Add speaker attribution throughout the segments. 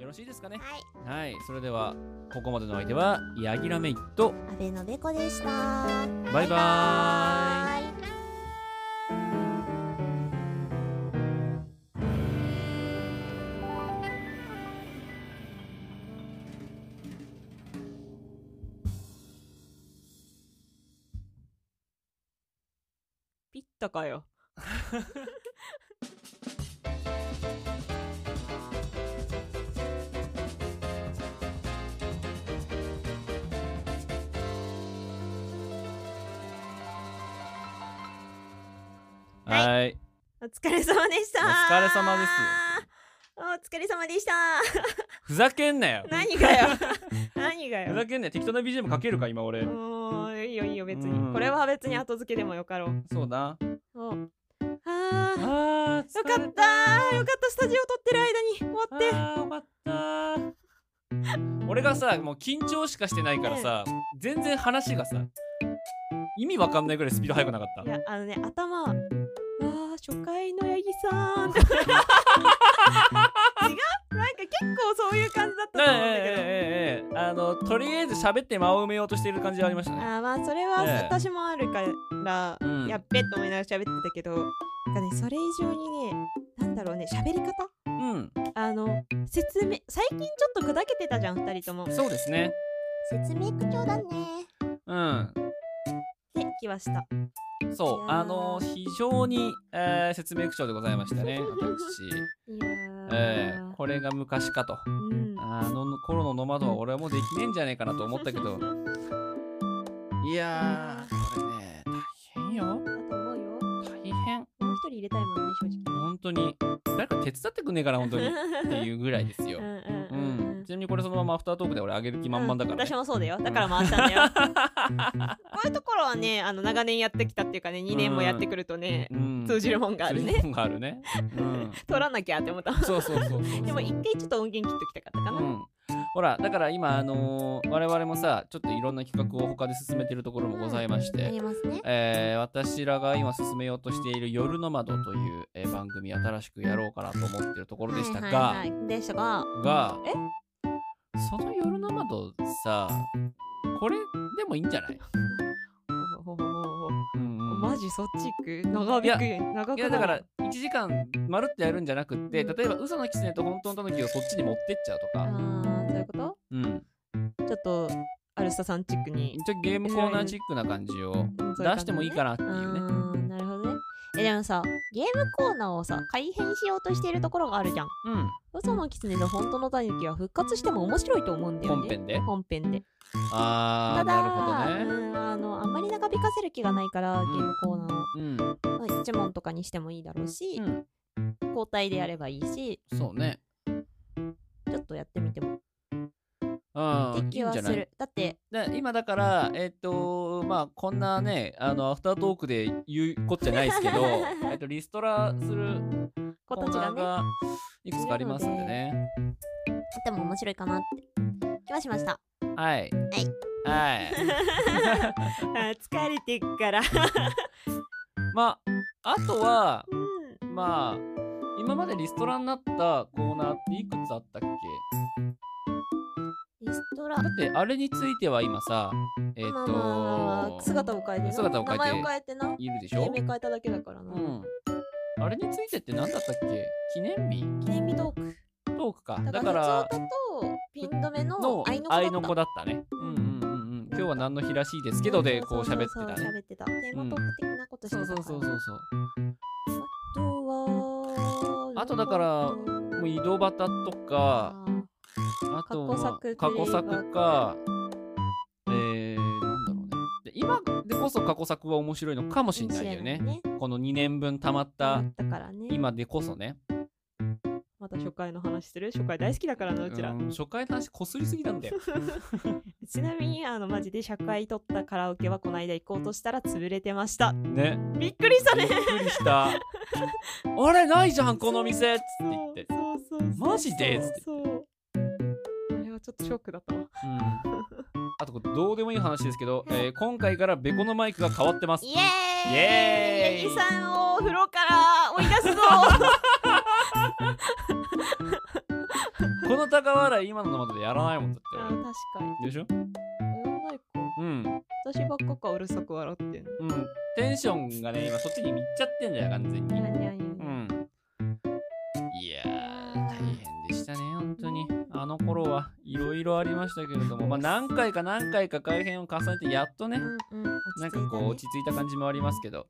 Speaker 1: よろしいですかね
Speaker 2: はい
Speaker 1: はいそれではここまでのお相手はヤギラメイと
Speaker 2: 安倍のべこでした
Speaker 1: バイバーイ
Speaker 2: イ
Speaker 3: ピッタかよ。
Speaker 2: はい
Speaker 1: はい
Speaker 2: お疲れ様でした
Speaker 1: お疲れ様です
Speaker 2: お疲れ様でした
Speaker 1: ふざけんなよ
Speaker 2: 何 がよ何が
Speaker 1: ふ
Speaker 2: よ
Speaker 1: ざけんなよ適当な BGM かけるか今俺
Speaker 3: もういいよいいよ別
Speaker 1: うん
Speaker 3: に。これは別に後付けでもよかろう。
Speaker 1: そうだ
Speaker 3: おあー
Speaker 1: あー
Speaker 3: よかったーよかったスタジオ撮ってる間に終わって。
Speaker 1: あー終わったー俺がさもう緊張しかしてないからさ全然話がさ意味わかんないぐらいスピード速くなかっ
Speaker 3: い
Speaker 1: た
Speaker 3: やあのね頭あー初回のヤギさん違うなんか結構そういう感じだったと思うんだけど、
Speaker 1: ええええええあのとりあえず喋って間を埋めようとしている感じはありました
Speaker 3: あ
Speaker 1: ね
Speaker 3: ーまあそれは私もあるから、
Speaker 1: うん
Speaker 3: やっべと思いながら喋ってたけどなんかねそれ以上にねなんだろうね喋り方
Speaker 1: うん
Speaker 3: あの説明最近ちょっと砕けてたじゃん二人ともっ
Speaker 1: そうですね
Speaker 2: 説明口調だね
Speaker 1: うん
Speaker 3: て気はした
Speaker 1: そ
Speaker 3: いうやー
Speaker 1: あの非常に、えー説明口調でございましたね
Speaker 3: いや
Speaker 1: 私、えーこれが昔かと
Speaker 3: うん
Speaker 1: あの頃のノマドは俺はもうできねえんじゃねえかなと思ったけどいやーこれね大変よ
Speaker 3: だと思うよ
Speaker 1: 大変
Speaker 3: もう一人入れたいもんね正直
Speaker 1: 本当に誰か手伝ってくんねえかな本当にっていうぐらいで すよ
Speaker 3: うんう
Speaker 1: う
Speaker 3: んうん、うん
Speaker 1: んちなみにこれそのままアフタートークで俺上げる気満々だか
Speaker 3: う
Speaker 1: ら、ね
Speaker 3: ん私もそうだよだから回したんだ よこういうところはねあの長年やってきたっていうかね2年もやってくるとね、
Speaker 1: うん
Speaker 3: 通じるもんがある
Speaker 1: 通じ
Speaker 3: ね
Speaker 1: るもんがあるね、 うん、
Speaker 3: 取らなきゃって思った
Speaker 1: そうそうそうそうそう
Speaker 3: でも一回ちょっと音源切っときたかったか
Speaker 1: う
Speaker 3: な、
Speaker 1: ん、ほらだから今あのー我々もさちょっといろんな企画を他で進めてるところもございまし
Speaker 2: あ
Speaker 1: て、
Speaker 2: りますね
Speaker 1: えー私らが今進めようとしている「夜の窓」という、えー番組新しくやろうかなと思ってるところでしたが、
Speaker 2: いはい、でしたが
Speaker 1: がその「夜の窓」さこれでもいいんじゃない、
Speaker 3: ほほほほほ
Speaker 1: うんうん
Speaker 3: マジそっち行く長引くよ長くない
Speaker 1: いやだから1時間まるってやるんじゃなくって例えば嘘の狐と本当のタヌキをそっちに持ってっちゃうと
Speaker 3: あ
Speaker 1: か、
Speaker 3: ーそういうこ
Speaker 1: うん、
Speaker 3: とちょっとアルサさんチックに
Speaker 1: 一応ゲームコーナーチックな感じを
Speaker 3: うんそういう感じね
Speaker 1: 出してもいいかなっていうね。
Speaker 2: あーなるほどねえでもさゲームコーナーをさ改変しようとしているところがあるじゃん
Speaker 1: うん
Speaker 2: 嘘の狐の本当のタヌキは復活しても面白いと思うんだよね
Speaker 1: 本編で
Speaker 2: 本編で
Speaker 1: あ
Speaker 2: た
Speaker 1: ー
Speaker 2: だ
Speaker 1: なるほどね。
Speaker 2: うんあのあんまり長引かせる気がないから、
Speaker 1: うん
Speaker 2: ゲームコーナーを
Speaker 1: うん、
Speaker 2: まあ一問とかにしてもいいだろう
Speaker 1: う
Speaker 2: し、
Speaker 1: ん
Speaker 2: 交代でやればいいし
Speaker 1: そうね。
Speaker 2: ちょっとやってみても
Speaker 1: うん、
Speaker 2: って
Speaker 1: いい
Speaker 2: 気
Speaker 1: ん
Speaker 2: は
Speaker 1: じ
Speaker 2: す
Speaker 1: ゃない
Speaker 2: るだって
Speaker 1: で今だから、えっ、と、まあ、こんなね、あの、アフタートークで言うこっちゃないですけ ど、えっと、リストラする
Speaker 2: 子
Speaker 1: コ
Speaker 2: た
Speaker 1: ー
Speaker 2: ち
Speaker 1: ナ
Speaker 2: が
Speaker 1: ー
Speaker 2: ねや
Speaker 1: がいくつかありますんでね。
Speaker 2: っても面白いかなって気はし ました
Speaker 1: はい。はい。
Speaker 3: あー疲れてっから
Speaker 1: まあ、あとは、
Speaker 3: うん
Speaker 1: まあ、今までリストラになったコーナーっていくつあったっけ
Speaker 2: リストラ
Speaker 1: だって、あれについては今さ、えっ、
Speaker 2: まあ
Speaker 1: と、
Speaker 2: まあまあ姿を変えてな
Speaker 1: 姿を変えて
Speaker 2: 名前を変えてない
Speaker 1: るでし
Speaker 2: 芸
Speaker 1: ょ
Speaker 2: 名変えただけだからな、
Speaker 1: うん。あれについてって何だったっけ記念日
Speaker 2: 記念日トーク
Speaker 1: トークか。だ
Speaker 2: だ
Speaker 1: か
Speaker 2: から
Speaker 1: ら
Speaker 2: 普、通歌とピン止めの
Speaker 1: の
Speaker 2: 愛の子だった
Speaker 1: 愛の子だったね。うんうんうんうん。今日は何の日らしいですけどで、こう喋って
Speaker 2: そう
Speaker 1: た
Speaker 2: そうそう
Speaker 1: ね。
Speaker 2: 喋ってたテーマトーク的なことして
Speaker 1: そう
Speaker 2: た
Speaker 1: そ
Speaker 2: から、
Speaker 1: うそうそうそう。
Speaker 2: あとは
Speaker 1: あとだからもう井戸端とか、
Speaker 2: ー
Speaker 1: あとは
Speaker 2: 過去作
Speaker 1: 過去作か、えー、なんだろうね。で今でこそ過去作は面白いのかもしれないよね。この2年分溜まっ
Speaker 2: だ
Speaker 1: た
Speaker 2: ったからね
Speaker 1: 今でこそね。
Speaker 3: また初回の話する初回大好きだからなうちら、
Speaker 1: うん初回の話こすりすぎなんだ よ。
Speaker 3: ちなみにあのマジで社会取ったカラオケはこの間行こうとしたら潰れてました
Speaker 1: ね。
Speaker 3: びっくりした
Speaker 1: び
Speaker 3: ね
Speaker 1: っくりした。 あれないじゃんこの店っつって言って。
Speaker 3: そうそうそうそう
Speaker 1: マジでっつって
Speaker 3: そうあれはちょっとショックだったわ
Speaker 1: うん、あとこれどうでもいい話ですけど、えー今回からベコのマイクが変わってます。
Speaker 2: イエーイ
Speaker 1: イエーイ
Speaker 3: ヤギさんを風呂 から追い出すぞ
Speaker 1: この高笑い今のままでやらないもんだ
Speaker 3: あ確
Speaker 1: っ
Speaker 3: かに。
Speaker 1: て。でしょ
Speaker 3: やんないか。
Speaker 1: うん。
Speaker 3: 私ばっかかうるさく笑ってんの。
Speaker 1: うん。テンションがね、今そっちに見っちゃってんだよ、完全に。
Speaker 3: にゃにゃ
Speaker 1: う
Speaker 3: にゃ。
Speaker 1: ん。いやー、大変でしたね、本当に。あの頃はいろいろありましたけれども、まあ何回か何回か改編を重ねて、やっとね、
Speaker 2: うんうん。
Speaker 1: なんかこう落ち着いた感じもありますけど、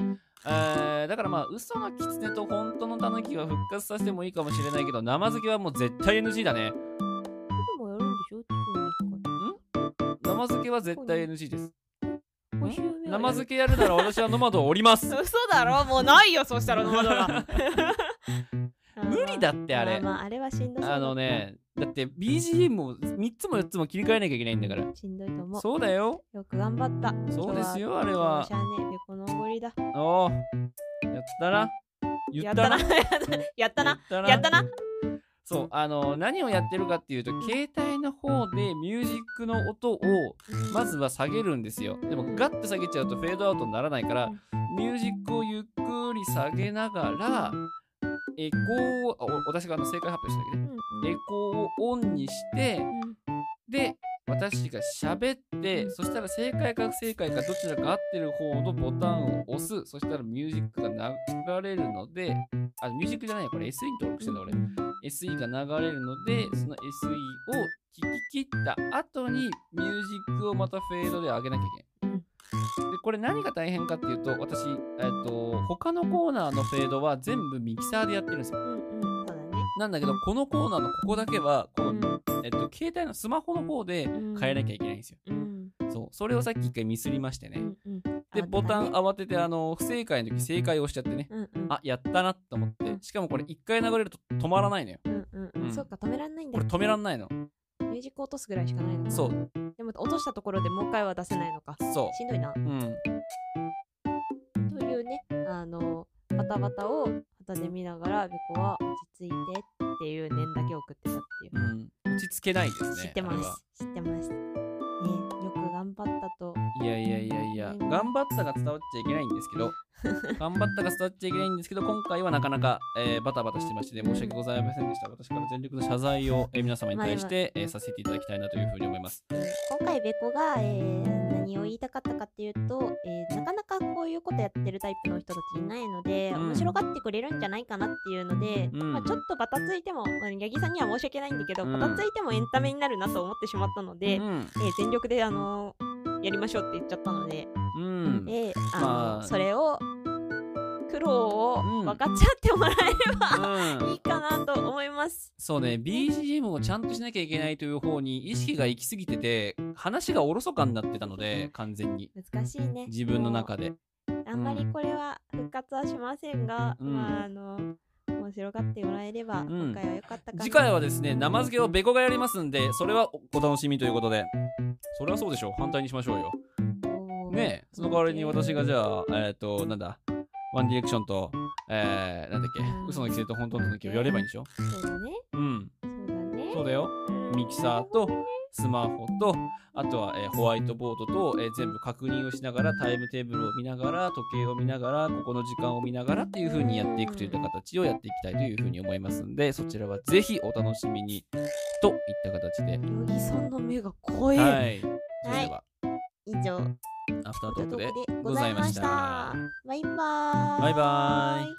Speaker 1: えーだからまあ嘘の狐と本当のタヌキは復活させてもいいかもしれないけど生好きはもう絶対 NG だね
Speaker 2: でもやるんでしょ
Speaker 1: 生好きは絶対 NG です
Speaker 2: 5週目は
Speaker 1: 生好きやるなら私はノマドを降り ます
Speaker 3: 嘘だろもうないよ、そしたらの窓が。
Speaker 1: 無理だってあれ
Speaker 2: まあまあ、あれはしんどそうだ
Speaker 1: あの。ねだって BGM を3つも4つも切り替えなきゃいけないんだから
Speaker 2: しんどいと思う。
Speaker 1: そうだよ
Speaker 2: よく頑張った。
Speaker 1: そうですよあれ
Speaker 2: 今
Speaker 1: は
Speaker 2: 日しゃあねえ、べこのおごりだ。
Speaker 1: おおやったな言
Speaker 3: や
Speaker 1: っ
Speaker 3: ったた
Speaker 1: な
Speaker 3: な。 やったな。
Speaker 1: た
Speaker 3: やったな。
Speaker 1: そう、あの、何をやってるかっていうと、携帯の方でミュージックの音を、まずは下げるんですよ。でも、ガッて下げちゃうとフェードアウトにならないから、ミュージックをゆっくり下げながら、エコーを、あお私があの正解発表したけどね、エコーをオンにして、で、私が喋って、そしたら正解か不正解かどちらか合ってる方のボタンを押す。そしたらミュージックが流れるので、あ、ミュージックじゃないよ。これ SE に登録してんだ、俺。SE が流れるので、その SE を聞き切った後にミュージックをまたフェードで上げなきゃいけない。で、これ何が大変かっていうと、私、えっと、他のコーナーのフェードは全部ミキサーでやってるんですよ。
Speaker 2: うんうん、そうだね。
Speaker 1: なんだけど、このコーナーのここだけは、この、
Speaker 2: ん
Speaker 1: えっと、携帯のスマホの方で変えなきゃいけないんですよ。
Speaker 2: うん
Speaker 1: そう。それをさっき一回ミスりましてね。
Speaker 2: うん。
Speaker 1: で、ボタン
Speaker 2: あ
Speaker 1: 慌てて、あの、不正解の時正解を押しちゃってね。
Speaker 2: うんうん。
Speaker 1: あ、やったなって思って。しかもこれ一回流れると止まらないのよ。
Speaker 2: うんうんうん
Speaker 1: うん
Speaker 2: そうか、止めらんないんだ。
Speaker 1: これ止めら
Speaker 2: ん
Speaker 1: んないの。
Speaker 2: ミュージック落とすぐらいしかないのか。
Speaker 1: そう。
Speaker 2: でも落としたところでもう一回は出せないのか。
Speaker 1: そ
Speaker 2: しんどいな
Speaker 1: う。。うん。
Speaker 2: というね、あの、バタバタを旗で見ながら、ベコは落ち着いてっていう念だけ送ってたっていう
Speaker 1: う。ん。落ち着けないですね。
Speaker 2: 知ってます。知ってます。ね、よく頑張ったと。
Speaker 1: あれはいやいやいやいや、頑張ったが伝わっちゃいけないんですけ ど、頑張ったが伝わっちゃいけないんですけど、今回はなかなか、えーバタバタしてましてね、申し訳ございませんでした。私から全力の謝罪を、えー皆様に対して、えーさせていただきたいなというふうに思います。
Speaker 2: 今回ベコが、えー何を言いたかったかっていうと、えーなかなかこういうことやってるタイプの人たちいないので、
Speaker 1: うん
Speaker 2: 面白がってくれるんじゃないかなっていうので、
Speaker 1: うん
Speaker 2: まあ、ちょっとバタついても、まあ、八木さんには申し訳ないんだけど、
Speaker 1: うん
Speaker 2: バタついてもエンタメになるなと思ってしまったので、
Speaker 1: う
Speaker 2: えー
Speaker 1: ん。
Speaker 2: 全力で、あのーやりましょうって言っちゃったので、
Speaker 1: うん。
Speaker 2: であの
Speaker 1: まあ
Speaker 2: それを苦労を
Speaker 1: うん
Speaker 2: 分かっちゃってもらえれば、
Speaker 1: うん
Speaker 2: いいかなと思います。
Speaker 1: そうね、BGM をちゃんとしなきゃいけないという方に意識が行き過ぎてて、話がおろそかになってたので、完全に。
Speaker 2: 難しいね。
Speaker 1: 自分の中で。
Speaker 2: あんまりこれは復活はしませんが、
Speaker 1: うん
Speaker 2: まああの面白がってもらえれば、
Speaker 1: ん
Speaker 2: 今回は良かったかな。
Speaker 1: 次回はですね生漬けをベコがやりますんでそれはおお楽しみということでそれはそうでしょう反対にしましょうよ
Speaker 2: おー
Speaker 1: ねえその代わりに私がじゃあえっ、となんだワンディレクションとえー、なんだっけ嘘の規制と本当の時をやればいいんでしょ
Speaker 2: そうだね。
Speaker 1: うん
Speaker 2: そうだね。
Speaker 1: そうだよ
Speaker 2: うん
Speaker 1: ミキサーとスマホとあとは、えーホワイトボードと、えー全部確認をしながらタイムテーブルを見ながら時計を見ながらここの時間を見ながらっていう風にやっていくといった形をやっていきたいという風に思いますんでそちらはぜひお楽しみにといった形で
Speaker 2: ヨギさんの目が怖い。
Speaker 1: はい。それでは、
Speaker 2: 以上、
Speaker 1: アフタート
Speaker 2: とい
Speaker 1: ー
Speaker 2: う
Speaker 1: クで
Speaker 2: ことで
Speaker 1: ご
Speaker 2: ご
Speaker 1: ざ
Speaker 2: ざ
Speaker 1: い
Speaker 2: い
Speaker 1: ま
Speaker 2: ま
Speaker 1: し
Speaker 2: した。
Speaker 1: た。
Speaker 2: バイバーイ。
Speaker 1: バイバーイ